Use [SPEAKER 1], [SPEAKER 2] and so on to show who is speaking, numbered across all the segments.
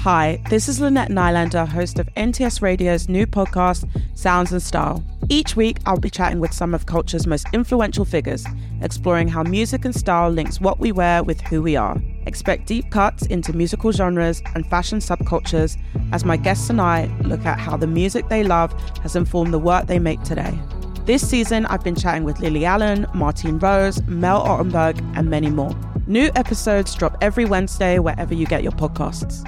[SPEAKER 1] Hi, this is Lynette Nylander, host of NTS Radio's new podcast, Sounds and Style. Each week, I'll be chatting with some of culture's most influential figures, exploring how music and style links what we wear with who we are. Expect deep cuts into musical genres and fashion subcultures as my guests and I look at how the music they love has informed the work they make today. This season, I've been chatting with Lily Allen, Martine Rose, Mel Ottenberg, and many more. New episodes drop every Wednesday wherever you get your podcasts.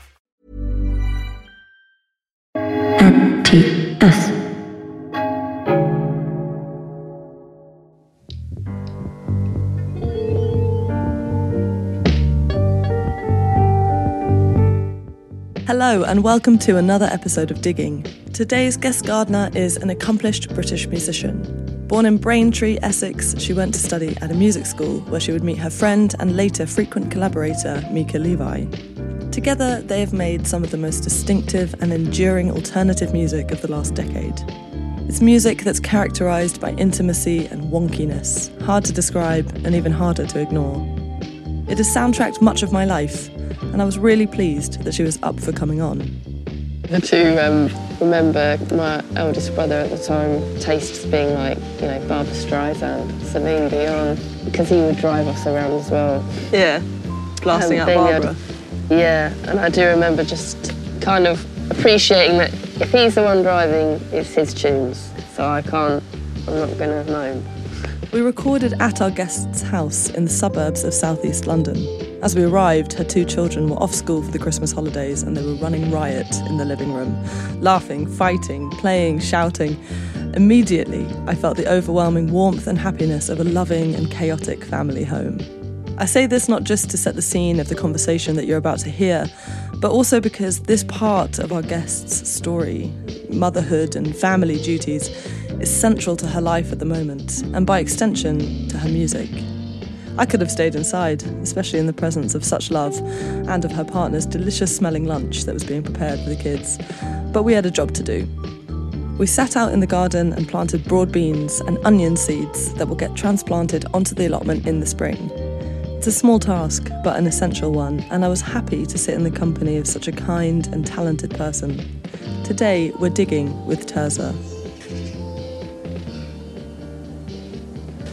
[SPEAKER 2] NTS.
[SPEAKER 3] Hello, and welcome to another episode of Digging. Today's guest gardener is an accomplished British musician. Born in Braintree, Essex, she went to study at a music school where she would meet her friend and later frequent collaborator, Mika Levi. Together, they have made some of the most distinctive and enduring alternative music of the last decade. It's music that's characterised by intimacy and wonkiness, hard to describe and even harder to ignore. It has soundtracked much of my life, and I was really pleased that she was up for coming on.
[SPEAKER 4] to um, remember my eldest brother at the time tastes being like, you know, Barbara Streisand, Celine Dion, because he would drive us around as well.
[SPEAKER 3] Yeah, blasting
[SPEAKER 4] Um,
[SPEAKER 3] out
[SPEAKER 4] being a-
[SPEAKER 3] Barbara.
[SPEAKER 4] Yeah, and I do remember just kind of appreciating that if he's the one driving, it's his tunes, so I can't, I'm not going to have known.
[SPEAKER 3] We recorded at our guest's house in the suburbs of southeast London. As we arrived, her two children were off school for the Christmas holidays and they were running riot in the living room, laughing, fighting, playing, shouting. Immediately, I felt the overwhelming warmth and happiness of a loving and chaotic family home. I say this not just to set the scene of the conversation that you're about to hear, but also because this part of our guest's story, motherhood and family duties, is central to her life at the moment, and by extension, to her music. I could have stayed inside, especially in the presence of such love and of her partner's delicious smelling lunch that was being prepared for the kids, but we had a job to do. We sat out in the garden and planted broad beans and onion seeds that will get transplanted onto the allotment in the spring. It's a small task, but an essential one, and I was happy to sit in the company of such a kind and talented person. Today, we're digging with Terza.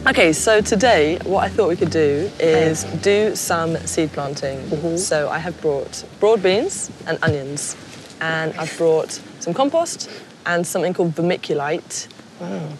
[SPEAKER 3] Okay, so today, what I thought we could do is do some seed planting. So I have brought broad beans and onions, and I've brought some compost and something called vermiculite,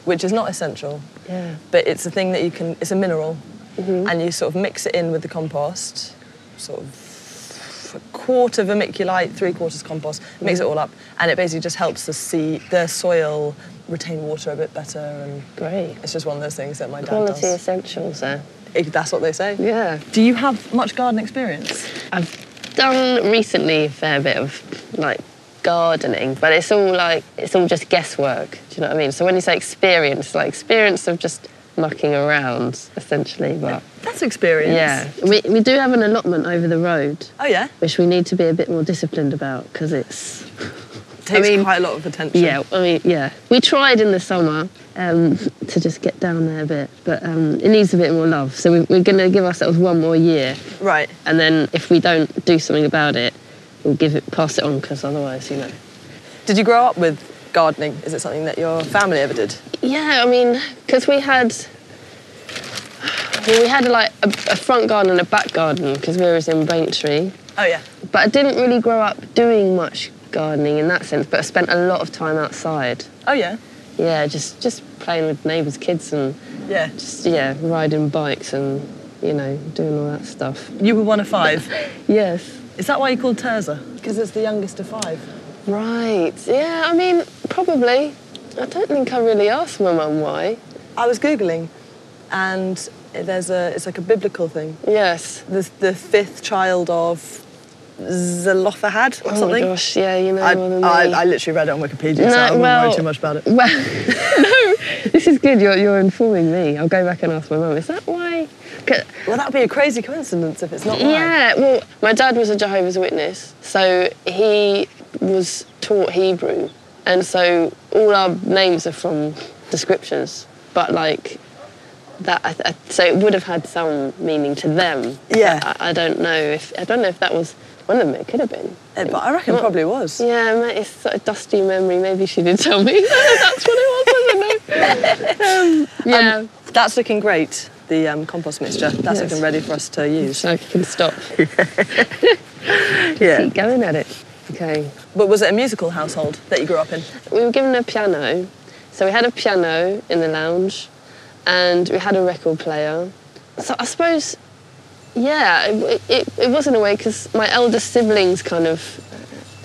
[SPEAKER 3] which is not essential,
[SPEAKER 4] Yeah. Mm-hmm.
[SPEAKER 3] but it's a thing that you can it's a mineral and you sort of mix it in with the compost sort of a quarter vermiculite three quarters compost mix it
[SPEAKER 4] Mm-hmm.
[SPEAKER 3] all up and it basically just helps the sea the soil retain water a bit better and
[SPEAKER 4] Great.
[SPEAKER 3] it's just one of those things that my dad
[SPEAKER 4] Quality
[SPEAKER 3] does
[SPEAKER 4] essentials there.
[SPEAKER 3] It- that's what they say
[SPEAKER 4] Yeah.
[SPEAKER 3] do you have much garden experience
[SPEAKER 4] I've done recently a fair bit of like gardening, but it's all like it's all just guesswork. Do you know what I mean? So when you say experience, like experience of just mucking around essentially, but
[SPEAKER 3] that's experience
[SPEAKER 4] yeah, we, we do have an allotment over the road,
[SPEAKER 3] oh yeah
[SPEAKER 4] which we need to be a bit more disciplined about because it's
[SPEAKER 3] takes
[SPEAKER 4] mean-
[SPEAKER 3] quite a lot of attention
[SPEAKER 4] yeah, I mean yeah. We tried in the summer um, to just get down there a bit, but um, it needs a bit more love. So we, we're going to give ourselves one more year
[SPEAKER 3] right
[SPEAKER 4] and then if we don't do something about it, we'll give it pass it on because otherwise, you know.
[SPEAKER 3] did you grow up with gardening is it something that your family ever did
[SPEAKER 4] Yeah, I mean, because we had Well, we had like a, a front garden and a back garden because we was in Braintree.
[SPEAKER 3] Oh yeah.
[SPEAKER 4] But I didn't really grow up doing much gardening in that sense. But I spent a lot of time outside.
[SPEAKER 3] Oh yeah.
[SPEAKER 4] Yeah, just just playing with neighbours' kids and
[SPEAKER 3] Yeah.
[SPEAKER 4] just yeah riding bikes and you know doing all that stuff.
[SPEAKER 3] You were one of five.
[SPEAKER 4] Yes.
[SPEAKER 3] Is that why you called Terza? Because it's the youngest of five.
[SPEAKER 4] Right. Yeah. I mean, probably. I don't think I really asked my mum why.
[SPEAKER 3] I was googling, and there's a it's like a biblical thing.
[SPEAKER 4] Yes.
[SPEAKER 3] The the fifth child of Zelophehad or
[SPEAKER 4] Oh
[SPEAKER 3] something.
[SPEAKER 4] my gosh. Yeah. You know.
[SPEAKER 3] I,
[SPEAKER 4] more than
[SPEAKER 3] I,
[SPEAKER 4] me.
[SPEAKER 3] I literally read it on Wikipedia, so
[SPEAKER 4] No,
[SPEAKER 3] I wouldn't
[SPEAKER 4] well-
[SPEAKER 3] worry too much about it.
[SPEAKER 4] Well, no, this is good. You're, you're informing me. I'll go back and ask my mum. Is that why? 'Cause-
[SPEAKER 3] Well, that would be a crazy coincidence if it's not mine.
[SPEAKER 4] Yeah. Well, my dad was a Jehovah's Witness, so he was taught Hebrew, and so all our names are from the scriptures. But like that, I, I, so it would have had some meaning to them.
[SPEAKER 3] Yeah.
[SPEAKER 4] But I, I don't know if I don't know if that was one of them. It could have been.
[SPEAKER 3] Eh, But I reckon probably was.
[SPEAKER 4] Yeah, ma- it's sort of dusty memory. Maybe she did tell me that's what it was. I don't know. Um, yeah.
[SPEAKER 3] That's looking great, the um, compost mixture. That's
[SPEAKER 4] Yes.
[SPEAKER 3] looking ready for us to use.
[SPEAKER 4] so I can stop.
[SPEAKER 3] Yeah.
[SPEAKER 4] Keep going at it. Okay.
[SPEAKER 3] But was it a musical household that you grew up in?
[SPEAKER 4] We were given a piano. So we had a piano in the lounge and we had a record player. So I suppose, yeah, it, it, it was in a way because my elder siblings kind of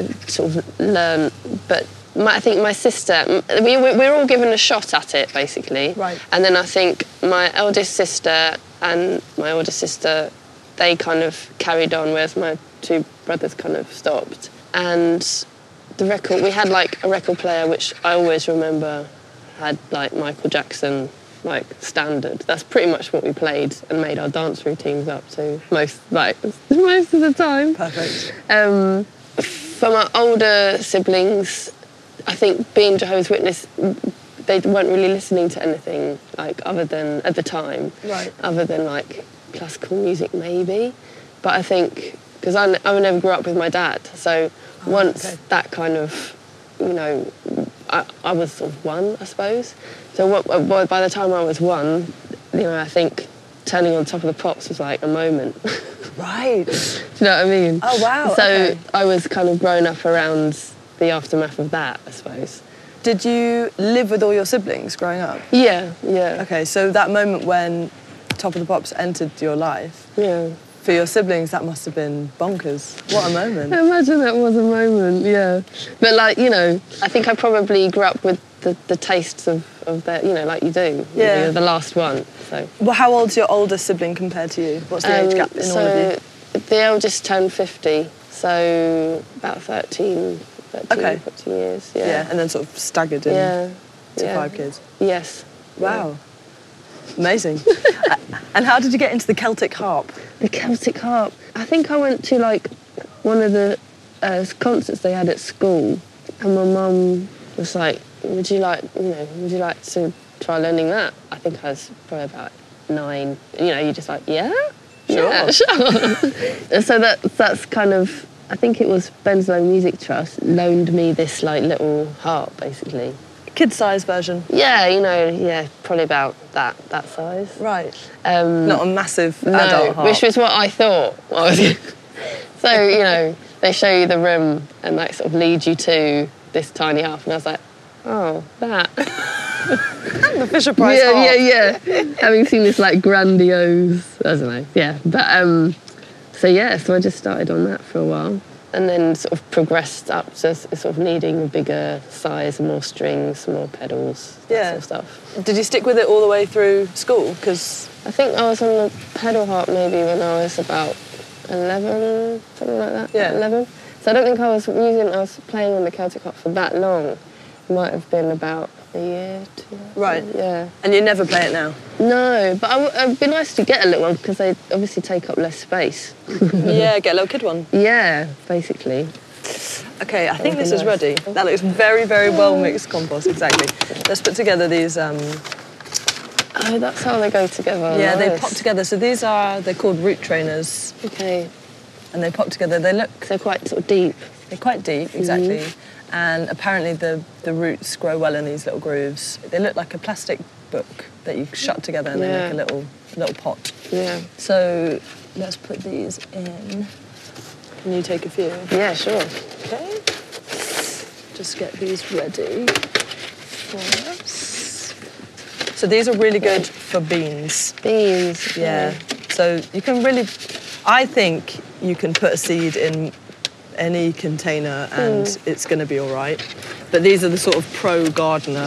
[SPEAKER 4] uh, sort of learn, but my, I think my sister, m- we, we- we're all given a shot at it basically.
[SPEAKER 3] Right.
[SPEAKER 4] And then I think my eldest sister and my older sister, they kind of carried on, whereas my two brothers kind of stopped. And the record, we had like a record player, which I always remember had like Michael Jackson like standard. That's pretty much what we played and made our dance routines up to most like most of the time.
[SPEAKER 3] Perfect.
[SPEAKER 4] Um, for my older siblings, I think being Jehovah's Witness, they weren't really listening to anything like other than at the time,
[SPEAKER 3] Right.
[SPEAKER 4] other than like classical music maybe. But I think because I, n- I never grew up with my dad, so once
[SPEAKER 3] Ah, okay.
[SPEAKER 4] that kind of, you know, I, I was sort of one, I suppose. So what, by by the time I was one, you know, I think turning on Top of the Pops was like a moment.
[SPEAKER 3] Right.
[SPEAKER 4] Do you know what I mean?
[SPEAKER 3] Oh, wow,
[SPEAKER 4] So
[SPEAKER 3] okay.
[SPEAKER 4] I was kind of grown up around the aftermath of that, I suppose.
[SPEAKER 3] Did you live with all your siblings growing up?
[SPEAKER 4] Yeah, yeah,
[SPEAKER 3] Okay, so that moment when Top of the Pops entered your life,
[SPEAKER 4] yeah.
[SPEAKER 3] for your siblings, that must have been bonkers. What a
[SPEAKER 4] I
[SPEAKER 3] moment.
[SPEAKER 4] imagine that was a moment, yeah. But like you know, I think I probably grew up with the, the tastes of of that, you know, like you do.
[SPEAKER 3] Yeah.
[SPEAKER 4] You're the last one, so.
[SPEAKER 3] Well, how old's your older sibling compared to you? What's the age
[SPEAKER 4] Um,
[SPEAKER 3] gap in
[SPEAKER 4] so
[SPEAKER 3] all of you?
[SPEAKER 4] The eldest turned 50, so about 13, 13
[SPEAKER 3] Okay.
[SPEAKER 4] 14 years.
[SPEAKER 3] Yeah.
[SPEAKER 4] Yeah.
[SPEAKER 3] and then sort of staggered in
[SPEAKER 4] yeah.
[SPEAKER 3] to
[SPEAKER 4] yeah.
[SPEAKER 3] five kids.
[SPEAKER 4] Yes.
[SPEAKER 3] Wow. Amazing. Uh, and how did you get into the Celtic harp?
[SPEAKER 4] The Celtic Harp. I think I went to like one of the uh, concerts they had at school, and my mum was like, "Would you like, you know, would you like to try learning that?" I think I was probably about nine. You know, you're just like, "Yeah, yeah, sure." And so that that's kind of. I think it was Benslow Music Trust loaned me this like little harp, basically.
[SPEAKER 3] Kid sized version.
[SPEAKER 4] Yeah, you know, yeah, probably about that that size.
[SPEAKER 3] Right.
[SPEAKER 4] Um,
[SPEAKER 3] Not a massive
[SPEAKER 4] no,
[SPEAKER 3] adult harp.
[SPEAKER 4] which was what I thought. I was- so you know, they show you the room and like sort of lead you to this tiny harp, and I was like, oh, that.
[SPEAKER 3] the Fisher Price harp.
[SPEAKER 4] yeah, yeah, yeah. Having seen this like grandiose, I don't know, yeah. But um, so yeah, so I just started on that for a while, and then sort of progressed up to s- sort of needing a bigger size, more strings, more pedals, that
[SPEAKER 3] Yeah.
[SPEAKER 4] sort of stuff.
[SPEAKER 3] Did you stick with it all the way through school? Because
[SPEAKER 4] I think I was on the pedal harp maybe when I was about 11, something like that.
[SPEAKER 3] Yeah.
[SPEAKER 4] 11. So I don't think I was using, I was playing on the Celtic harp for that long. Might have been about a year, two years.
[SPEAKER 3] Right.
[SPEAKER 4] Yeah.
[SPEAKER 3] and you never play it now.
[SPEAKER 4] No, but I w- it'd be nice to get a little one because they obviously take up less space.
[SPEAKER 3] yeah, get a little kid one.
[SPEAKER 4] yeah, basically.
[SPEAKER 3] Okay, I think
[SPEAKER 4] would be
[SPEAKER 3] this is
[SPEAKER 4] nice.
[SPEAKER 3] ready. That looks very, very well mixed compost. Exactly. Let's put together these. Um,
[SPEAKER 4] Oh, that's how they go together.
[SPEAKER 3] yeah, they
[SPEAKER 4] nice.
[SPEAKER 3] pop together. So these are they're called root trainers,
[SPEAKER 4] Okay.
[SPEAKER 3] and they pop together. They look
[SPEAKER 4] So quite sort of deep.
[SPEAKER 3] They're quite deep, exactly. And apparently the, the roots grow well in these little grooves. They look like a plastic book. that you shut together and then make a
[SPEAKER 4] Yeah.
[SPEAKER 3] little little pot.
[SPEAKER 4] Yeah.
[SPEAKER 3] So let's put these in. Can you take a few?
[SPEAKER 4] Yeah, sure.
[SPEAKER 3] Okay. Just get these ready for us. So these are really good for beans.
[SPEAKER 4] Beans.
[SPEAKER 3] Yeah. So you can really, I think you can put a seed in any container and it's going to be all right. But these are the sort of pro gardener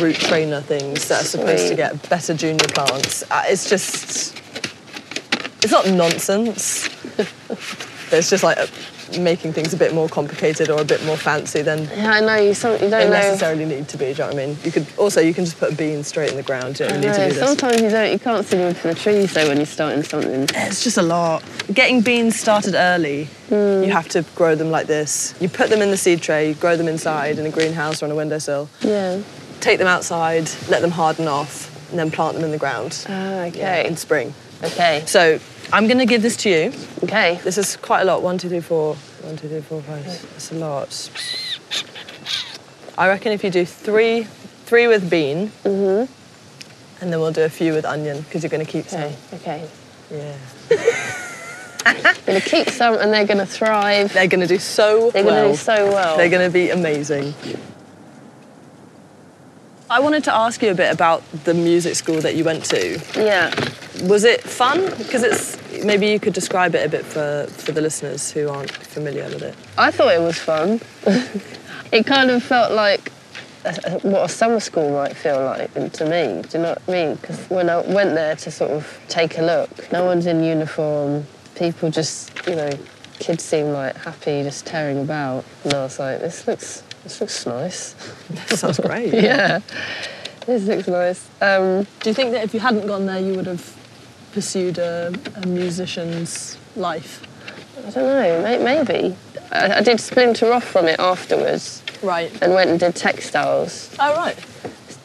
[SPEAKER 3] root trainer things that are supposed to
[SPEAKER 4] Sweet.
[SPEAKER 3] get better junior plants. Uh, It's just, it's not nonsense. but it's just like uh making things a bit more complicated or a bit more fancy than
[SPEAKER 4] Yeah, I know. You, some, you
[SPEAKER 3] they
[SPEAKER 4] don't know.
[SPEAKER 3] necessarily need to be. Do you know what I mean? You could also you can just put a bean straight in the ground. You don't need to
[SPEAKER 4] No,
[SPEAKER 3] do this.
[SPEAKER 4] sometimes you don't. You can't see the wood for the trees though when you're starting something.
[SPEAKER 3] It's just a lot. Getting beans started early,
[SPEAKER 4] Hmm.
[SPEAKER 3] you have to grow them like this. You put them in the seed tray, you grow them inside in a greenhouse or on a windowsill.
[SPEAKER 4] Yeah.
[SPEAKER 3] Take them outside, let them harden off, and then plant them in the ground
[SPEAKER 4] Ah,
[SPEAKER 3] yeah,
[SPEAKER 4] okay.
[SPEAKER 3] in spring.
[SPEAKER 4] Okay.
[SPEAKER 3] So I'm going to give this to you.
[SPEAKER 4] Okay.
[SPEAKER 3] This is quite a lot. One, two, three, four. One, two, three, four, five. That's a lot. I reckon if you do three, three with bean,
[SPEAKER 4] Mm-hmm.
[SPEAKER 3] and then we'll do a few with onion because you're going to keep some.
[SPEAKER 4] Okay. Okay.
[SPEAKER 3] Yeah.
[SPEAKER 4] Gonna keep some, and they're gonna thrive.
[SPEAKER 3] They're going to do so
[SPEAKER 4] They're
[SPEAKER 3] well.
[SPEAKER 4] gonna do so well.
[SPEAKER 3] They're going to be amazing. I wanted to ask you a bit about the music school that you went to.
[SPEAKER 4] Yeah.
[SPEAKER 3] Was it fun? Because it's maybe you could describe it a bit for, for the listeners who aren't familiar with it.
[SPEAKER 4] I thought it was fun. it kind of felt like a- a- what a summer school might feel like to me. Do you know what I mean? Because when I went there to sort of take a look, no one's in uniform. People just, you know, kids seem like happy, just tearing about, and I was like, this looks, this looks nice.
[SPEAKER 3] Sounds great.
[SPEAKER 4] yeah, this looks nice. Um,
[SPEAKER 3] Do you think that if you hadn't gone there, you would have pursued a, a musician's life?
[SPEAKER 4] I don't know, may- maybe. I, I did splinter off from it afterwards
[SPEAKER 3] Right.
[SPEAKER 4] and went and did textiles.
[SPEAKER 3] Oh, right.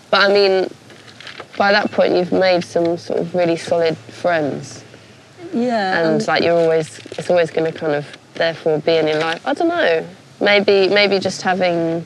[SPEAKER 4] But I mean, by that point, you've made some sort of really solid friends,
[SPEAKER 3] Yeah.
[SPEAKER 4] and like you're always, it's always going to kind of therefore be in your life. I don't know. Maybe, maybe just having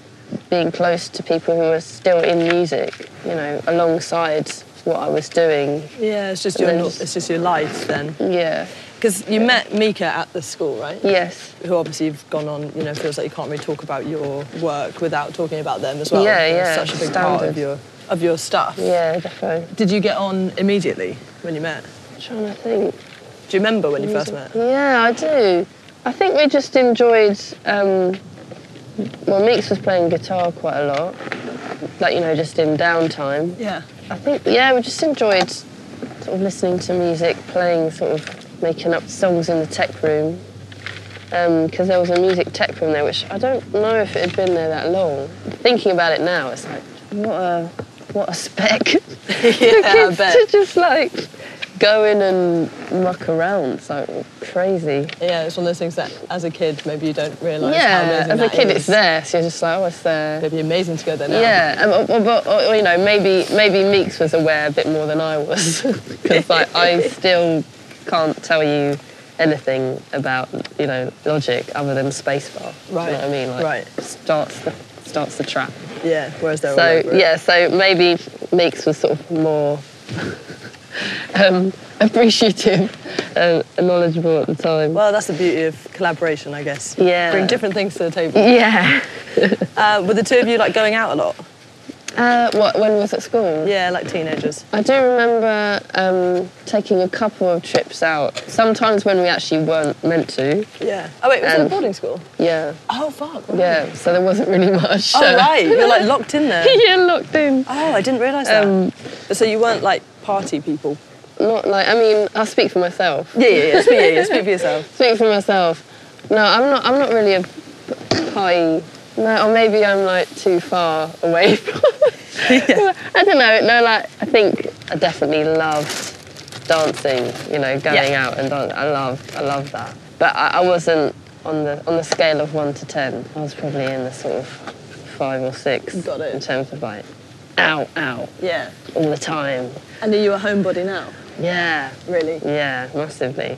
[SPEAKER 4] being close to people who are still in music, you know, alongside what I was doing.
[SPEAKER 3] yeah, it's just your
[SPEAKER 4] Then-
[SPEAKER 3] it's just your life then.
[SPEAKER 4] Yeah.
[SPEAKER 3] Because you met Mika at the school, right?
[SPEAKER 4] Yes.
[SPEAKER 3] who obviously you've gone on, you know, feels like you can't really talk about your work without talking about them as well.
[SPEAKER 4] Yeah,
[SPEAKER 3] They're
[SPEAKER 4] yeah,
[SPEAKER 3] Such a big part of
[SPEAKER 4] standard.
[SPEAKER 3] your of your stuff.
[SPEAKER 4] Yeah, definitely.
[SPEAKER 3] Did you get on immediately when you met?
[SPEAKER 4] I'm trying to think.
[SPEAKER 3] Do you remember when you first met?
[SPEAKER 4] Yeah, I do. I think we just enjoyed. Um, well, Meeks was playing guitar quite a lot, like you know, just in downtime.
[SPEAKER 3] Yeah.
[SPEAKER 4] I think yeah, we just enjoyed sort of listening to music, playing, sort of making up songs in the tech room. Because there was a music tech room there, which I don't know if it had been there that long. Thinking about it now, it's like what a what a spec
[SPEAKER 3] Yeah, I
[SPEAKER 4] kids
[SPEAKER 3] bet.
[SPEAKER 4] to just like go in and muck around. It's like crazy.
[SPEAKER 3] Yeah, it's one of those things that as a kid maybe you don't realise how
[SPEAKER 4] yeah,
[SPEAKER 3] amazing
[SPEAKER 4] as a
[SPEAKER 3] that
[SPEAKER 4] kid,
[SPEAKER 3] is.
[SPEAKER 4] it's there, so you're just like, oh, it's there.
[SPEAKER 3] It'd be amazing to go there now.
[SPEAKER 4] Yeah, um, or, or- or- or, you know, maybe maybe Meeks was aware a bit more than I was, because like I still can't tell you anything about you know logic other than spacebar. Do you
[SPEAKER 3] Right,
[SPEAKER 4] know what I mean? Like,
[SPEAKER 3] right.
[SPEAKER 4] Starts the starts the trap.
[SPEAKER 3] Yeah, whereas they're all
[SPEAKER 4] So
[SPEAKER 3] over it.
[SPEAKER 4] yeah, so maybe Meeks was sort of more um, appreciative and knowledgeable at the time.
[SPEAKER 3] Well, that's the beauty of collaboration, I guess.
[SPEAKER 4] Yeah.
[SPEAKER 3] Bring different things to the table.
[SPEAKER 4] yeah.
[SPEAKER 3] Uh, were the two of you like going out a lot?
[SPEAKER 4] Uh, what when was at school?
[SPEAKER 3] Yeah, like teenagers.
[SPEAKER 4] I do remember um, taking a couple of trips out. Sometimes when we actually weren't meant to.
[SPEAKER 3] Yeah. Oh wait, was it a
[SPEAKER 4] Um,
[SPEAKER 3] boarding school?
[SPEAKER 4] Yeah.
[SPEAKER 3] Oh fuck. Right.
[SPEAKER 4] Yeah. So there wasn't really much.
[SPEAKER 3] Oh
[SPEAKER 4] uh,
[SPEAKER 3] right, you're like locked in there.
[SPEAKER 4] yeah, locked in.
[SPEAKER 3] Oh, I didn't realise that. so you weren't like party people.
[SPEAKER 4] Not like I mean, I'll speak for myself.
[SPEAKER 3] Yeah, yeah, yeah. Speak, yeah, yeah, speak for yourself.
[SPEAKER 4] Speak for myself. No, I'm not. I'm not really a pie. No, or maybe I'm like too far away. From I don't know. No, like I think I definitely loved dancing. You know, going
[SPEAKER 3] Yeah.
[SPEAKER 4] out and dan I loved. I loved that. But I, I wasn't on the on the scale of one to ten. I was probably in the sort of five or six
[SPEAKER 3] Got it.
[SPEAKER 4] in terms of like, ow, ow,
[SPEAKER 3] Yeah.
[SPEAKER 4] all the time.
[SPEAKER 3] And are you a homebody now?
[SPEAKER 4] Yeah.
[SPEAKER 3] Really?
[SPEAKER 4] Yeah, massively.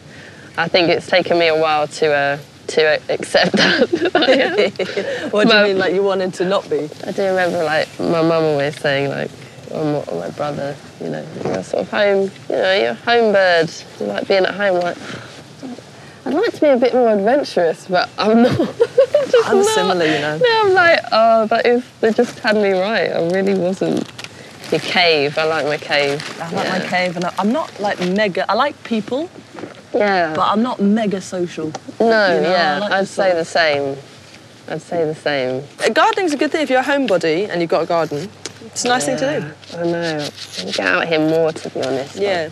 [SPEAKER 4] I think it's taken me a while to uh, to uh, accept that.
[SPEAKER 3] What do you
[SPEAKER 4] Well-
[SPEAKER 3] mean, like you wanted to not be?
[SPEAKER 4] I do remember like my mum always saying like, or my, or my brother, you know, you're a sort of home, you know, you're a home bird. You like being at home, like, I'd like to be a bit more adventurous, but I'm not. Just
[SPEAKER 3] I'm
[SPEAKER 4] not.
[SPEAKER 3] similar, you know.
[SPEAKER 4] Now I'm like, oh, that is, they just had me right. I really wasn't. Your cave, I like my cave.
[SPEAKER 3] I like
[SPEAKER 4] yeah.
[SPEAKER 3] my cave, and I- I'm not like mega. I like people,
[SPEAKER 4] Yeah.
[SPEAKER 3] but I'm not mega social.
[SPEAKER 4] no,
[SPEAKER 3] you know, I
[SPEAKER 4] yeah,
[SPEAKER 3] like
[SPEAKER 4] I'd
[SPEAKER 3] the
[SPEAKER 4] say
[SPEAKER 3] sun.
[SPEAKER 4] the same. I'd say the same.
[SPEAKER 3] Uh, Gardening's a good thing if you're a homebody and you've got a garden. It's a nice thing to do.
[SPEAKER 4] I know. I get out here more, to be honest.
[SPEAKER 3] Yeah,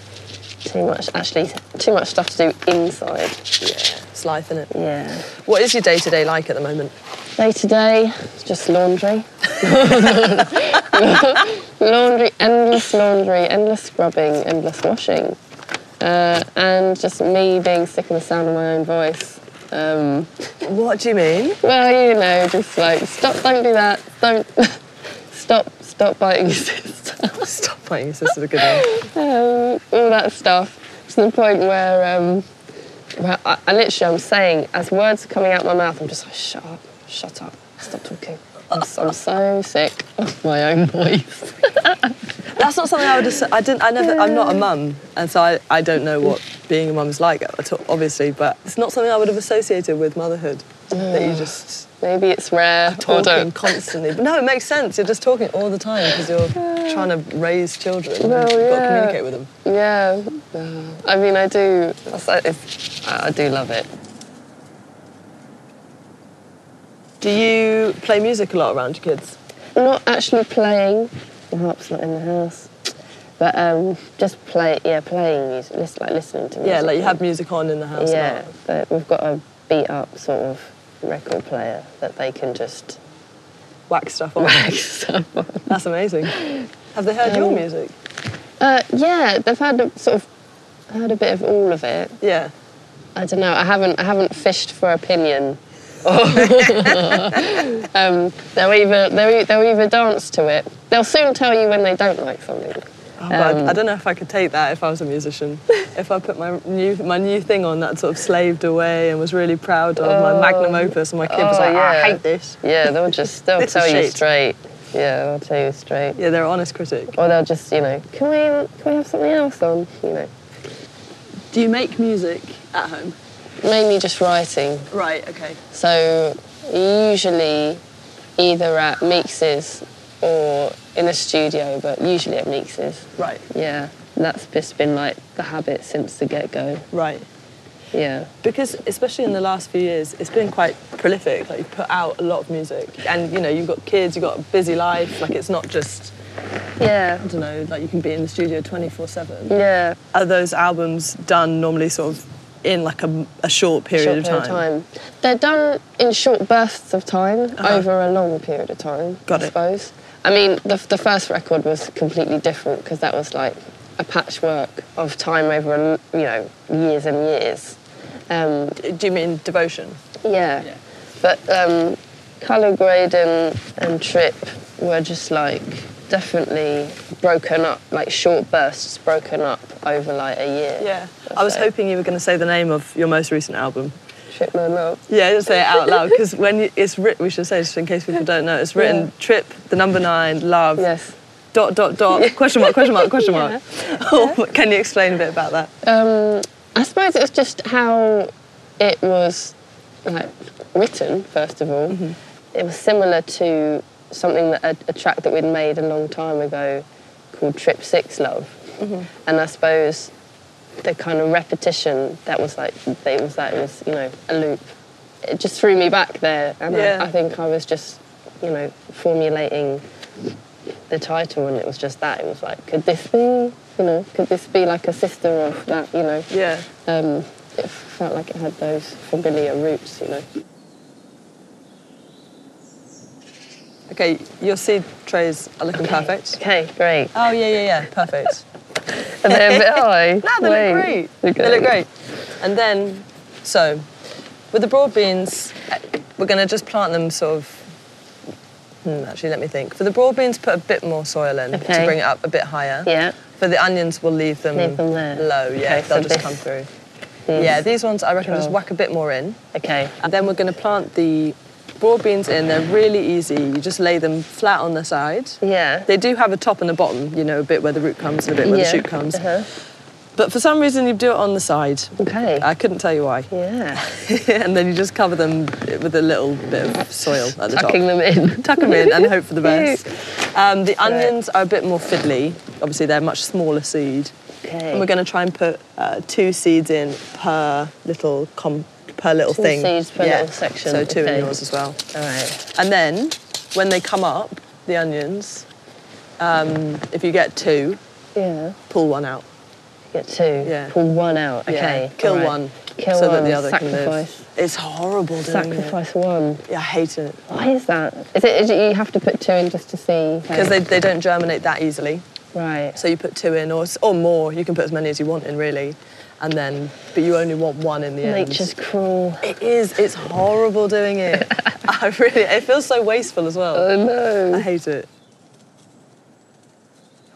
[SPEAKER 4] Too much, actually, too much stuff to do inside.
[SPEAKER 3] it's life, isn't it?
[SPEAKER 4] Yeah.
[SPEAKER 3] What is your day to day like at the moment?
[SPEAKER 4] Day to day, just laundry. laundry, endless laundry, endless scrubbing, endless washing. Uh, and just me being sick of the sound of my own voice. Um,
[SPEAKER 3] What do you mean?
[SPEAKER 4] well, you know, just like, stop, don't do that, don't, stop, stop biting your sister.
[SPEAKER 3] Stop fighting your sister's a good one.
[SPEAKER 4] um, all that stuff to the point where, um, where I, I literally I'm saying as words are coming out my mouth, I'm just like shut up, shut up, stop talking. I'm, s- I'm so sick of my own voice.
[SPEAKER 3] That's not something I would. Just, I didn't. I never. I'm not a mum, and so I, I don't know what being a mum's like at all, obviously. But it's not something I would have associated with motherhood. That you just
[SPEAKER 4] Maybe it's rare. or
[SPEAKER 3] talking
[SPEAKER 4] don't.
[SPEAKER 3] constantly. But no, it makes sense. You're just talking all the time because you're trying to raise children. and
[SPEAKER 4] Well,
[SPEAKER 3] You've got to
[SPEAKER 4] yeah.
[SPEAKER 3] communicate with them.
[SPEAKER 4] Yeah, uh, I mean I do. I s- it's- I I do love it.
[SPEAKER 3] Do you play music a lot around your kids?
[SPEAKER 4] not actually playing. The harp's not in the house, but um, just play. Yeah, playing music, lis- like listening to music.
[SPEAKER 3] Yeah, like you have music on in the house. a
[SPEAKER 4] Yeah,
[SPEAKER 3] lot.
[SPEAKER 4] but we've got a beat up sort of record player that they can just
[SPEAKER 3] Whack stuff on.
[SPEAKER 4] whack stuff on.
[SPEAKER 3] That's amazing. Have they heard your
[SPEAKER 4] Um,
[SPEAKER 3] music?
[SPEAKER 4] Uh, yeah, they've had a, sort of heard a bit of all of it.
[SPEAKER 3] Yeah.
[SPEAKER 4] I don't know. I haven't. I haven't fished for opinion. um, they'll either they'll, e- they'll either dance to it. They'll soon tell you when they don't like something.
[SPEAKER 3] Oh, but
[SPEAKER 4] Um,
[SPEAKER 3] I, I don't know if I could take that if I was a musician. if I put my new my new thing on that sort of slaved away and was really proud of my magnum opus, and my kid was
[SPEAKER 4] Oh,
[SPEAKER 3] like, "Ah,
[SPEAKER 4] yeah.
[SPEAKER 3] I hate this.
[SPEAKER 4] Yeah, they'll just they'll
[SPEAKER 3] This is
[SPEAKER 4] tell you
[SPEAKER 3] shit.
[SPEAKER 4] straight. Yeah, they'll tell you straight.
[SPEAKER 3] Yeah, they're an honest critic.
[SPEAKER 4] Or they'll just you know, can we can we have something else on? You know,
[SPEAKER 3] Do you make music at home?
[SPEAKER 4] mainly just writing.
[SPEAKER 3] Right. Okay.
[SPEAKER 4] So usually either at Meeks's or in the studio, but usually at Meeks's.
[SPEAKER 3] Right.
[SPEAKER 4] Yeah, that's just been like the habit since the get go.
[SPEAKER 3] Right.
[SPEAKER 4] Yeah.
[SPEAKER 3] Because especially in the last few years, it's been quite prolific. Like you put out a lot of music, and you know you've got kids, you've got a busy life. Like it's not just
[SPEAKER 4] Yeah.
[SPEAKER 3] I don't know. Like you can be in the studio twenty four seven.
[SPEAKER 4] Yeah.
[SPEAKER 3] are those albums done normally sort of in like a, a short period,
[SPEAKER 4] Short
[SPEAKER 3] of,
[SPEAKER 4] period
[SPEAKER 3] time?
[SPEAKER 4] of time. They're done in short bursts of time over a long period of time.
[SPEAKER 3] Uh-huh. Got
[SPEAKER 4] I
[SPEAKER 3] it.
[SPEAKER 4] suppose. I mean, the, the first record was completely different because that was like a patchwork of time over, a l- you know, years and years. Um,
[SPEAKER 3] Do you mean devotion?
[SPEAKER 4] Yeah. But um, Colour Grade and, and Trip were just like definitely broken up, like short bursts broken up over like a year.
[SPEAKER 3] I was
[SPEAKER 4] So,
[SPEAKER 3] hoping you were going to say the name of your most recent album.
[SPEAKER 4] Trip Man Up.
[SPEAKER 3] Yeah, just say it out loud because when you, it's written, we should say just in case people don't know, it's written
[SPEAKER 4] Yeah.
[SPEAKER 3] trip, the number nine, love,
[SPEAKER 4] Yes.
[SPEAKER 3] dot, dot, dot, question mark, question mark, question mark. Oh, Can you explain a bit about that?
[SPEAKER 4] Um, I suppose it was just how it was like written. First of all,
[SPEAKER 3] Mm-hmm.
[SPEAKER 4] it was similar to something that a, a track that we'd made a long time ago called Trip Six Love,
[SPEAKER 3] Mm-hmm.
[SPEAKER 4] and I suppose the kind of repetition that was like it was like it was you know a loop. It just threw me back there, and
[SPEAKER 3] Yeah.
[SPEAKER 4] I, I think I was just you know formulating the title and it was just that it was like could this be you know could this be like a sister of that you know
[SPEAKER 3] Yeah.
[SPEAKER 4] um, it felt like it had those familiar roots you know
[SPEAKER 3] Okay, your seed trays are looking perfect.
[SPEAKER 4] okay great
[SPEAKER 3] Oh, yeah, yeah, yeah, perfect.
[SPEAKER 4] and then but, oh,
[SPEAKER 3] No, they
[SPEAKER 4] wait.
[SPEAKER 3] look great. They look great. And then, so, with the broad beans, uh, we're going to just plant them sort of. Hmm, actually, let me think. For the broad beans, put a bit more soil in to
[SPEAKER 4] Okay.
[SPEAKER 3] bring it up a bit higher.
[SPEAKER 4] yeah
[SPEAKER 3] For the onions, we'll leave them,
[SPEAKER 4] Leave them there.
[SPEAKER 3] low. Yeah,
[SPEAKER 4] Okay,
[SPEAKER 3] they'll
[SPEAKER 4] so
[SPEAKER 3] just
[SPEAKER 4] this-
[SPEAKER 3] come through.
[SPEAKER 4] these.
[SPEAKER 3] Yeah, these ones I reckon just
[SPEAKER 4] Twelve.
[SPEAKER 3] whack a bit more in,
[SPEAKER 4] okay
[SPEAKER 3] and then we're going to plant the broad beans in, they're really easy. You just lay them flat on the side.
[SPEAKER 4] Yeah.
[SPEAKER 3] They do have a top and a bottom, you know, a bit where the root comes and a bit where
[SPEAKER 4] Yeah.
[SPEAKER 3] the shoot comes.
[SPEAKER 4] Uh-huh.
[SPEAKER 3] But for some reason, you do it on the side.
[SPEAKER 4] Okay.
[SPEAKER 3] I couldn't tell you why.
[SPEAKER 4] yeah.
[SPEAKER 3] and then you just cover them with a little bit of soil at the
[SPEAKER 4] Tucking
[SPEAKER 3] top.
[SPEAKER 4] them in.
[SPEAKER 3] Tuck them in and hope for the best. Um, the
[SPEAKER 4] Right.
[SPEAKER 3] onions are a bit more fiddly. Obviously, they're a much smaller seed.
[SPEAKER 4] Okay.
[SPEAKER 3] And we're going to try and put uh, two seeds in per little com- per little
[SPEAKER 4] Two
[SPEAKER 3] thing.
[SPEAKER 4] seeds per little section,
[SPEAKER 3] So two
[SPEAKER 4] okay.
[SPEAKER 3] in yours as well.
[SPEAKER 4] All right.
[SPEAKER 3] And then when they come up, the onions, um, if you get two,
[SPEAKER 4] Yeah.
[SPEAKER 3] pull one out.
[SPEAKER 4] Get two.
[SPEAKER 3] Yeah.
[SPEAKER 4] Pull one out.
[SPEAKER 3] Yeah.
[SPEAKER 4] Okay.
[SPEAKER 3] Kill
[SPEAKER 4] all right.
[SPEAKER 3] one.
[SPEAKER 4] Kill
[SPEAKER 3] so
[SPEAKER 4] one.
[SPEAKER 3] that the other
[SPEAKER 4] Sacrifice.
[SPEAKER 3] can live. Mm. It's horrible doing
[SPEAKER 4] Sacrifice one.
[SPEAKER 3] it. Yeah, I hate it.
[SPEAKER 4] Why is that? Is it is it you have to put two in just to see?
[SPEAKER 3] Because they, they don't germinate that easily.
[SPEAKER 4] right.
[SPEAKER 3] So you put two in or, s- or more. You can put as many as you want in, really. And then, but you only want one in the end.
[SPEAKER 4] Nature's cruel.
[SPEAKER 3] It is. It's horrible doing it. I really. It feels so wasteful as well.
[SPEAKER 4] Oh no.
[SPEAKER 3] I hate it.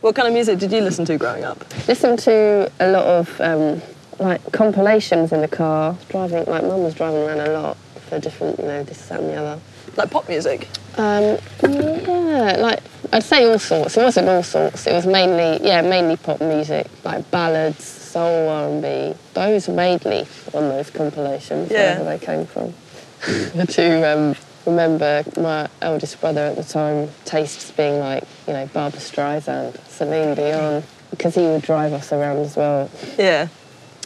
[SPEAKER 3] What kind of music did you listen to growing up?
[SPEAKER 4] Listen to a lot of um, like compilations in the car. Driving, like mum was driving around a lot for different, you know, this, that, and the other.
[SPEAKER 3] Like pop music.
[SPEAKER 4] Um, yeah, like I'd say all sorts. It wasn't all sorts. It was mainly, yeah, mainly pop music, like ballads, soul, R and B. Those mainly on those compilations,
[SPEAKER 3] Yeah.
[SPEAKER 4] wherever they came from. to um, remember my eldest brother at the time tastes being like, you know, Barbara Streisand, Celine Dion, because he would drive us around as well.
[SPEAKER 3] Yeah.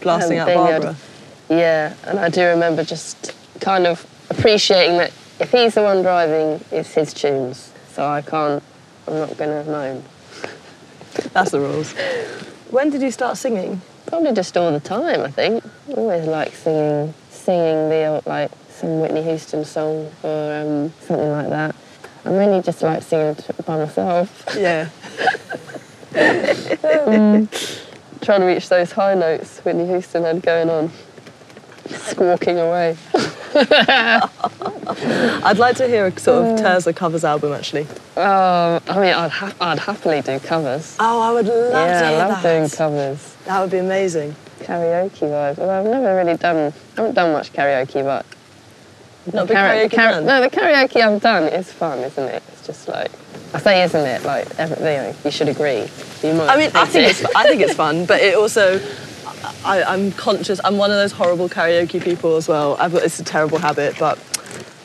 [SPEAKER 3] Blasting
[SPEAKER 4] Um,
[SPEAKER 3] out
[SPEAKER 4] being
[SPEAKER 3] Barbara.
[SPEAKER 4] Yeah, and I do remember just kind of appreciating that if he's the one driving, it's his tunes. So I can't, I'm not going to moan.
[SPEAKER 3] That's the rules. When did you start singing?
[SPEAKER 4] Probably just all the time, I think. I always like singing, singing the old, like some Whitney Houston song or um, something like that. I really just like singing t- by myself,
[SPEAKER 3] Yeah.
[SPEAKER 4] trying to reach those high notes Whitney Houston had going on, squawking away.
[SPEAKER 3] I'd like to hear a sort of Terza covers album actually.
[SPEAKER 4] Um, I mean, I'd, hap I'd happily do covers.
[SPEAKER 3] Oh, I would love
[SPEAKER 4] yeah,
[SPEAKER 3] to
[SPEAKER 4] I
[SPEAKER 3] hear
[SPEAKER 4] love
[SPEAKER 3] that.
[SPEAKER 4] doing covers.
[SPEAKER 3] that would be amazing.
[SPEAKER 4] Karaoke vibe. Although I've never really done, I haven't done much karaoke, but
[SPEAKER 3] Not Oh, the
[SPEAKER 4] kara-
[SPEAKER 3] karaoke
[SPEAKER 4] kara-
[SPEAKER 3] band.
[SPEAKER 4] no, the karaoke I've done is fun, isn't it? It's just like I say, isn't it? Like every, you, know, you should agree. You might.
[SPEAKER 3] I mean, I think
[SPEAKER 4] it.
[SPEAKER 3] it's I think it's fun, but it also I, I'm conscious. I'm one of those horrible karaoke people as well. I've got it's a terrible habit, but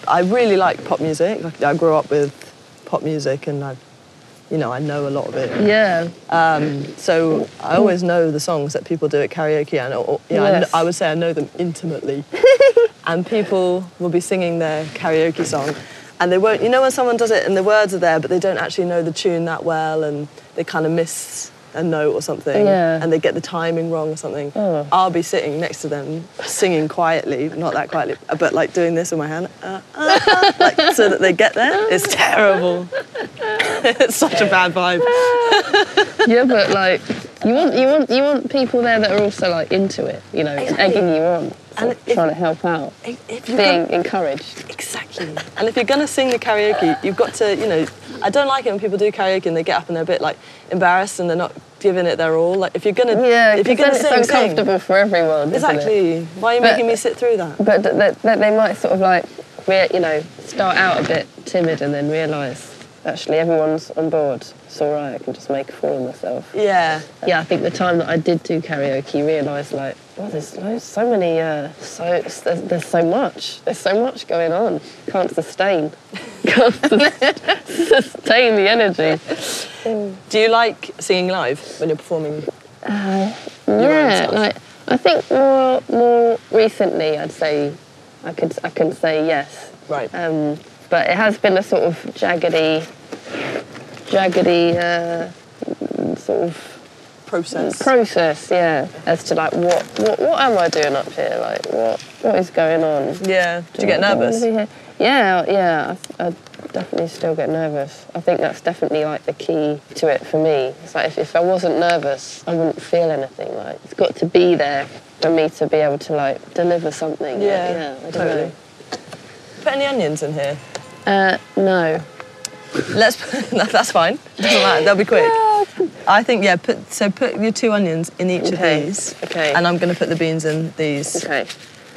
[SPEAKER 3] I really like pop music. Like, I grew up with pop music, and I, you know, I know a lot of it.
[SPEAKER 4] yeah.
[SPEAKER 3] So I always know the songs that people do at karaoke, and or, yeah, I kn-
[SPEAKER 4] Yes.
[SPEAKER 3] I, would say I know them intimately. and people will be singing their karaoke song. And they won't, you know, when someone does it and the words are there, but they don't actually know the tune that well, and they kind of miss a note or something,
[SPEAKER 4] Yeah.
[SPEAKER 3] and they get the timing wrong or something.
[SPEAKER 4] Oh.
[SPEAKER 3] I'll be sitting next to them, singing quietly, not that quietly, but like doing this with my hand, uh, uh, uh, like, so that they get there. It's terrible. it's such a bad vibe.
[SPEAKER 4] yeah, but like you want you want you want people there that are also like into it. You know, egging you on,
[SPEAKER 3] And
[SPEAKER 4] sort of
[SPEAKER 3] if-
[SPEAKER 4] trying to help out,
[SPEAKER 3] If- if you're gonna-
[SPEAKER 4] being encouraged.
[SPEAKER 3] Exactly. And if you're going to sing the karaoke, you've got to, you know, I don't like it when people do karaoke and they get up and they're a bit like embarrassed and they're not giving it their all. Like if you're going to,
[SPEAKER 4] Yeah,
[SPEAKER 3] if you're
[SPEAKER 4] 'cause
[SPEAKER 3] going
[SPEAKER 4] then
[SPEAKER 3] to
[SPEAKER 4] it's
[SPEAKER 3] sing, sing.
[SPEAKER 4] uncomfortable for everyone. isn't it?
[SPEAKER 3] Exactly. Why are you
[SPEAKER 4] But-
[SPEAKER 3] making me sit through that?
[SPEAKER 4] But th- that, that they might sort of like, re- you know, start out a bit timid and then realise actually everyone's on board. It's all right. I can just make a fool of myself.
[SPEAKER 3] Yeah.
[SPEAKER 4] Yeah, I think the time that I did do karaoke, realised like, well, there's loads, so many, uh, so there's, there's so much, there's so much going on. Can't sustain, can't sus- sustain the energy.
[SPEAKER 3] Do you like singing live when you're performing? own
[SPEAKER 4] yeah,
[SPEAKER 3] stuff.
[SPEAKER 4] like I think more more recently, I'd say I could I can say yes.
[SPEAKER 3] Right.
[SPEAKER 4] Um, but it has been a sort of jaggedy, jaggedy uh, sort of
[SPEAKER 3] Process.
[SPEAKER 4] process, yeah, as to like what, what what am I doing up here? Like what what is going on?
[SPEAKER 3] yeah. Do you get
[SPEAKER 4] I wanna
[SPEAKER 3] nervous?
[SPEAKER 4] be here? Yeah, yeah. I, I definitely still get nervous. I think that's definitely like the key to it for me. It's like if, if I wasn't nervous, I wouldn't feel anything. Like it's got to be there for me to be able to like deliver something. Like,
[SPEAKER 3] Yeah,
[SPEAKER 4] yeah. I don't
[SPEAKER 3] totally. Put any onions in here?
[SPEAKER 4] know. Uh, no.
[SPEAKER 3] Let's. put- no, that's fine. Doesn't matter. They'll be quick. I think yeah. Put so put your two onions in each
[SPEAKER 4] Okay,
[SPEAKER 3] of these.
[SPEAKER 4] okay.
[SPEAKER 3] And I'm going to put the beans in these.
[SPEAKER 4] Okay.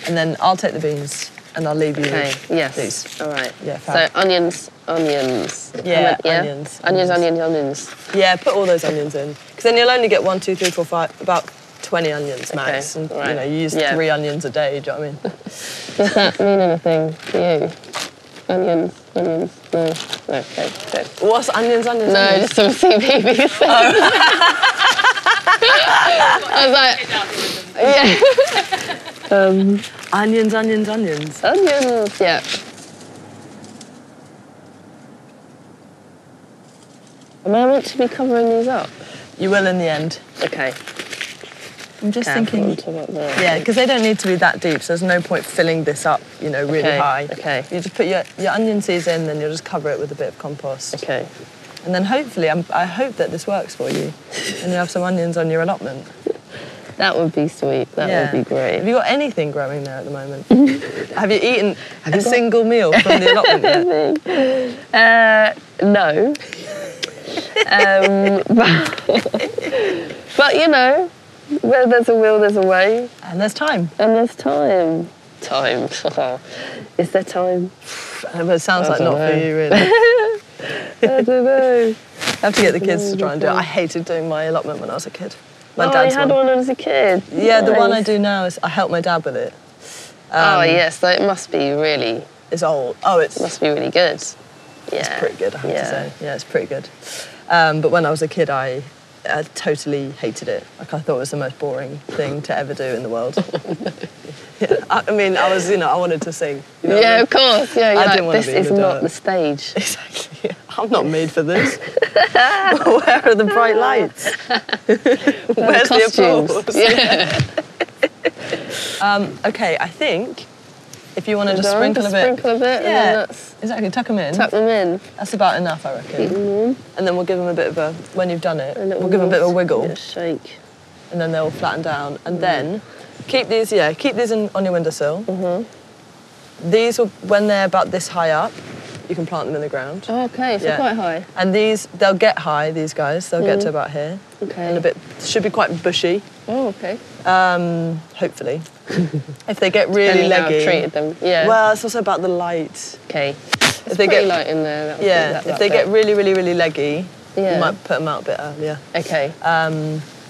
[SPEAKER 3] And then I'll take the beans. and I'll leave you.
[SPEAKER 4] Okay. Yes.
[SPEAKER 3] These.
[SPEAKER 4] All right.
[SPEAKER 3] Yeah,
[SPEAKER 4] So
[SPEAKER 3] fab.
[SPEAKER 4] onions, onions.
[SPEAKER 3] Yeah,
[SPEAKER 4] How about-
[SPEAKER 3] onions, onions.
[SPEAKER 4] Onions, onions, onions.
[SPEAKER 3] Yeah, put all those onions in because then you'll only get one, two, three, four, five, about twenty onions max.
[SPEAKER 4] Okay,
[SPEAKER 3] And you
[SPEAKER 4] right.
[SPEAKER 3] know, you use
[SPEAKER 4] Yeah.
[SPEAKER 3] three onions a day. Do you know what I mean?
[SPEAKER 4] Does that mean anything to you? Onions, onions. No. Okay. Good.
[SPEAKER 3] What's onions? Onions?
[SPEAKER 4] No,
[SPEAKER 3] onions?
[SPEAKER 4] just some CBB things. I was like,
[SPEAKER 3] onions, onions, onions.
[SPEAKER 4] onions. Yeah. Am I meant to be covering these up?
[SPEAKER 3] You will in the end.
[SPEAKER 4] Okay.
[SPEAKER 3] I'm just
[SPEAKER 4] Careful
[SPEAKER 3] thinking.
[SPEAKER 4] to what they're-
[SPEAKER 3] Yeah, because they don't need to be that deep, so there's no point filling this up, you know, really
[SPEAKER 4] Okay,
[SPEAKER 3] high.
[SPEAKER 4] okay.
[SPEAKER 3] You just put your, your onion seeds in, then you'll just cover it with a bit of compost.
[SPEAKER 4] Okay.
[SPEAKER 3] And then hopefully, I'm, I hope that this works for you. and you have some onions on your allotment.
[SPEAKER 4] That would be sweet. That
[SPEAKER 3] Yeah.
[SPEAKER 4] would be
[SPEAKER 3] Have
[SPEAKER 4] great.
[SPEAKER 3] you got anything growing there at the moment? have you eaten a single meal from the allotment yet?
[SPEAKER 4] Uh, no. um, but, but you know, where there's a will, there's a way,
[SPEAKER 3] And there's time.
[SPEAKER 4] and there's time. Time. Is there time?
[SPEAKER 3] Uh, But it sounds
[SPEAKER 4] I
[SPEAKER 3] like
[SPEAKER 4] don't
[SPEAKER 3] not for
[SPEAKER 4] know.
[SPEAKER 3] you, really.
[SPEAKER 4] I don't know.
[SPEAKER 3] I have to get the kids to try and do it. I hated doing my allotment when I was a kid. My
[SPEAKER 4] oh,
[SPEAKER 3] dad's
[SPEAKER 4] I had
[SPEAKER 3] one.
[SPEAKER 4] one. as a kid.
[SPEAKER 3] Yeah, the one I
[SPEAKER 4] Nice.
[SPEAKER 3] do um, now is I help my dad with it.
[SPEAKER 4] oh yes, so it must be really,
[SPEAKER 3] It's old. Oh, it's
[SPEAKER 4] must be really good. Yeah.
[SPEAKER 3] It's pretty good, I have
[SPEAKER 4] yeah.
[SPEAKER 3] to say. Yeah, it's pretty good. Um, but when I was a kid, I, I totally hated it. Like I thought it was the most boring thing to ever do in the world. yeah, I, I mean, I was, you know, I wanted to sing. You know what I
[SPEAKER 4] Yeah,
[SPEAKER 3] mean?
[SPEAKER 4] of course. Yeah, you're
[SPEAKER 3] I didn't
[SPEAKER 4] like,
[SPEAKER 3] wanna
[SPEAKER 4] this
[SPEAKER 3] be an
[SPEAKER 4] is not
[SPEAKER 3] adult.
[SPEAKER 4] the stage.
[SPEAKER 3] Exactly. I'm not made for this. Where are the bright lights? Where's the
[SPEAKER 4] costumes?
[SPEAKER 3] applause?
[SPEAKER 4] Yeah.
[SPEAKER 3] Um, okay, I think if you want to just
[SPEAKER 4] Just
[SPEAKER 3] sprinkle a bit.
[SPEAKER 4] Sprinkle a bit. And then
[SPEAKER 3] Yeah,
[SPEAKER 4] that's,
[SPEAKER 3] exactly. Tuck them in.
[SPEAKER 4] tuck them in.
[SPEAKER 3] That's about enough, I reckon. And then we'll give them a bit of a, when you've done it,
[SPEAKER 4] little
[SPEAKER 3] we'll give them a bit of a
[SPEAKER 4] wiggle,
[SPEAKER 3] wiggle.
[SPEAKER 4] bit of shake.
[SPEAKER 3] and then they'll flatten down. And
[SPEAKER 4] Mm-hmm.
[SPEAKER 3] then keep these, yeah, keep these in, on your windowsill.
[SPEAKER 4] Mm-hmm.
[SPEAKER 3] These will, when they're about this high up, you can plant them in the ground.
[SPEAKER 4] Oh, Okay, so
[SPEAKER 3] Yeah.
[SPEAKER 4] quite high.
[SPEAKER 3] And these, they'll get high. These guys, they'll get to about here.
[SPEAKER 4] Mm-hmm. Okay.
[SPEAKER 3] And a bit should be quite bushy,
[SPEAKER 4] Oh, okay.
[SPEAKER 3] hopefully. if they get really
[SPEAKER 4] Depending how I've
[SPEAKER 3] leggy.
[SPEAKER 4] treated them. Yeah.
[SPEAKER 3] Well, it's also about the light.
[SPEAKER 4] okay. It's
[SPEAKER 3] they
[SPEAKER 4] pretty
[SPEAKER 3] get-
[SPEAKER 4] light in there. That'll
[SPEAKER 3] Yeah.
[SPEAKER 4] that,
[SPEAKER 3] if they get really, really, really leggy,
[SPEAKER 4] Yeah.
[SPEAKER 3] you might put them out a bit earlier.
[SPEAKER 4] okay.
[SPEAKER 3] uh,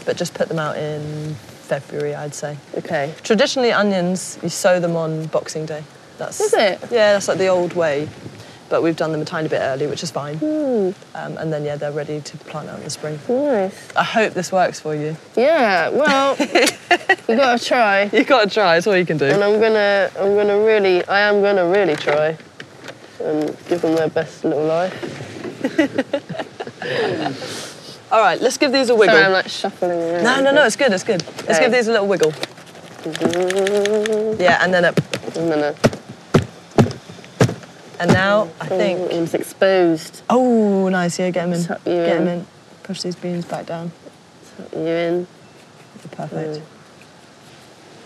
[SPEAKER 3] But just put them out in February, I'd say.
[SPEAKER 4] okay.
[SPEAKER 3] Traditionally, onions you sow them on Boxing Day. That's
[SPEAKER 4] Is it?
[SPEAKER 3] Yeah, that's like the old way, but we've done them a tiny bit early, which is fine.
[SPEAKER 4] Hmm.
[SPEAKER 3] Um, and then yeah, they're ready to plant out in the spring.
[SPEAKER 4] Nice.
[SPEAKER 3] I hope this works for you.
[SPEAKER 4] Yeah. Well, you gotta try,
[SPEAKER 3] You got to try. It's all you can do.
[SPEAKER 4] and I'm gonna, I'm gonna really, I am gonna really try, and give them their best little life.
[SPEAKER 3] All right, let's give these a wiggle.
[SPEAKER 4] Sorry, I'm like shuffling around.
[SPEAKER 3] no, no, no, it's good. It's good. Let's
[SPEAKER 4] Okay.
[SPEAKER 3] give these a little wiggle. Yeah, and then up.
[SPEAKER 4] And then
[SPEAKER 3] And now I
[SPEAKER 4] I think
[SPEAKER 3] think.
[SPEAKER 4] it's exposed.
[SPEAKER 3] Oh, nice. Yeah, get them in.
[SPEAKER 4] Tuck you
[SPEAKER 3] Get them
[SPEAKER 4] in.
[SPEAKER 3] in. Push these beans back down.
[SPEAKER 4] You in?
[SPEAKER 3] Perfect.
[SPEAKER 4] Mm.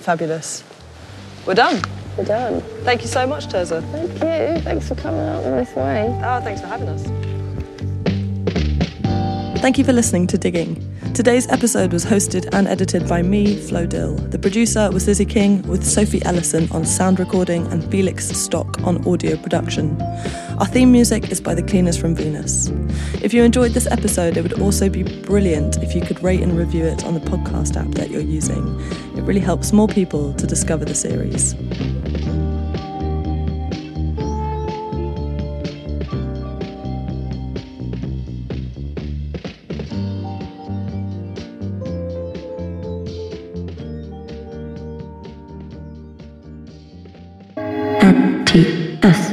[SPEAKER 3] Fabulous. We're done.
[SPEAKER 4] We're done.
[SPEAKER 3] Thank you so much, Terza.
[SPEAKER 4] Thank you. Thanks for coming out all this way.
[SPEAKER 3] Oh, thanks for having us.
[SPEAKER 5] Thank you for listening to Digging. Today's episode was hosted and edited by me, Flo Dill. The producer was Lizzie King, with Sophie Ellison on sound recording and Felix Stock on audio production. Our theme music is by The Cleaners from Venus. If you enjoyed this episode, it would also be brilliant if you could rate and review it on the podcast app that you're using. It really helps more people to discover the series.
[SPEAKER 6] NTS.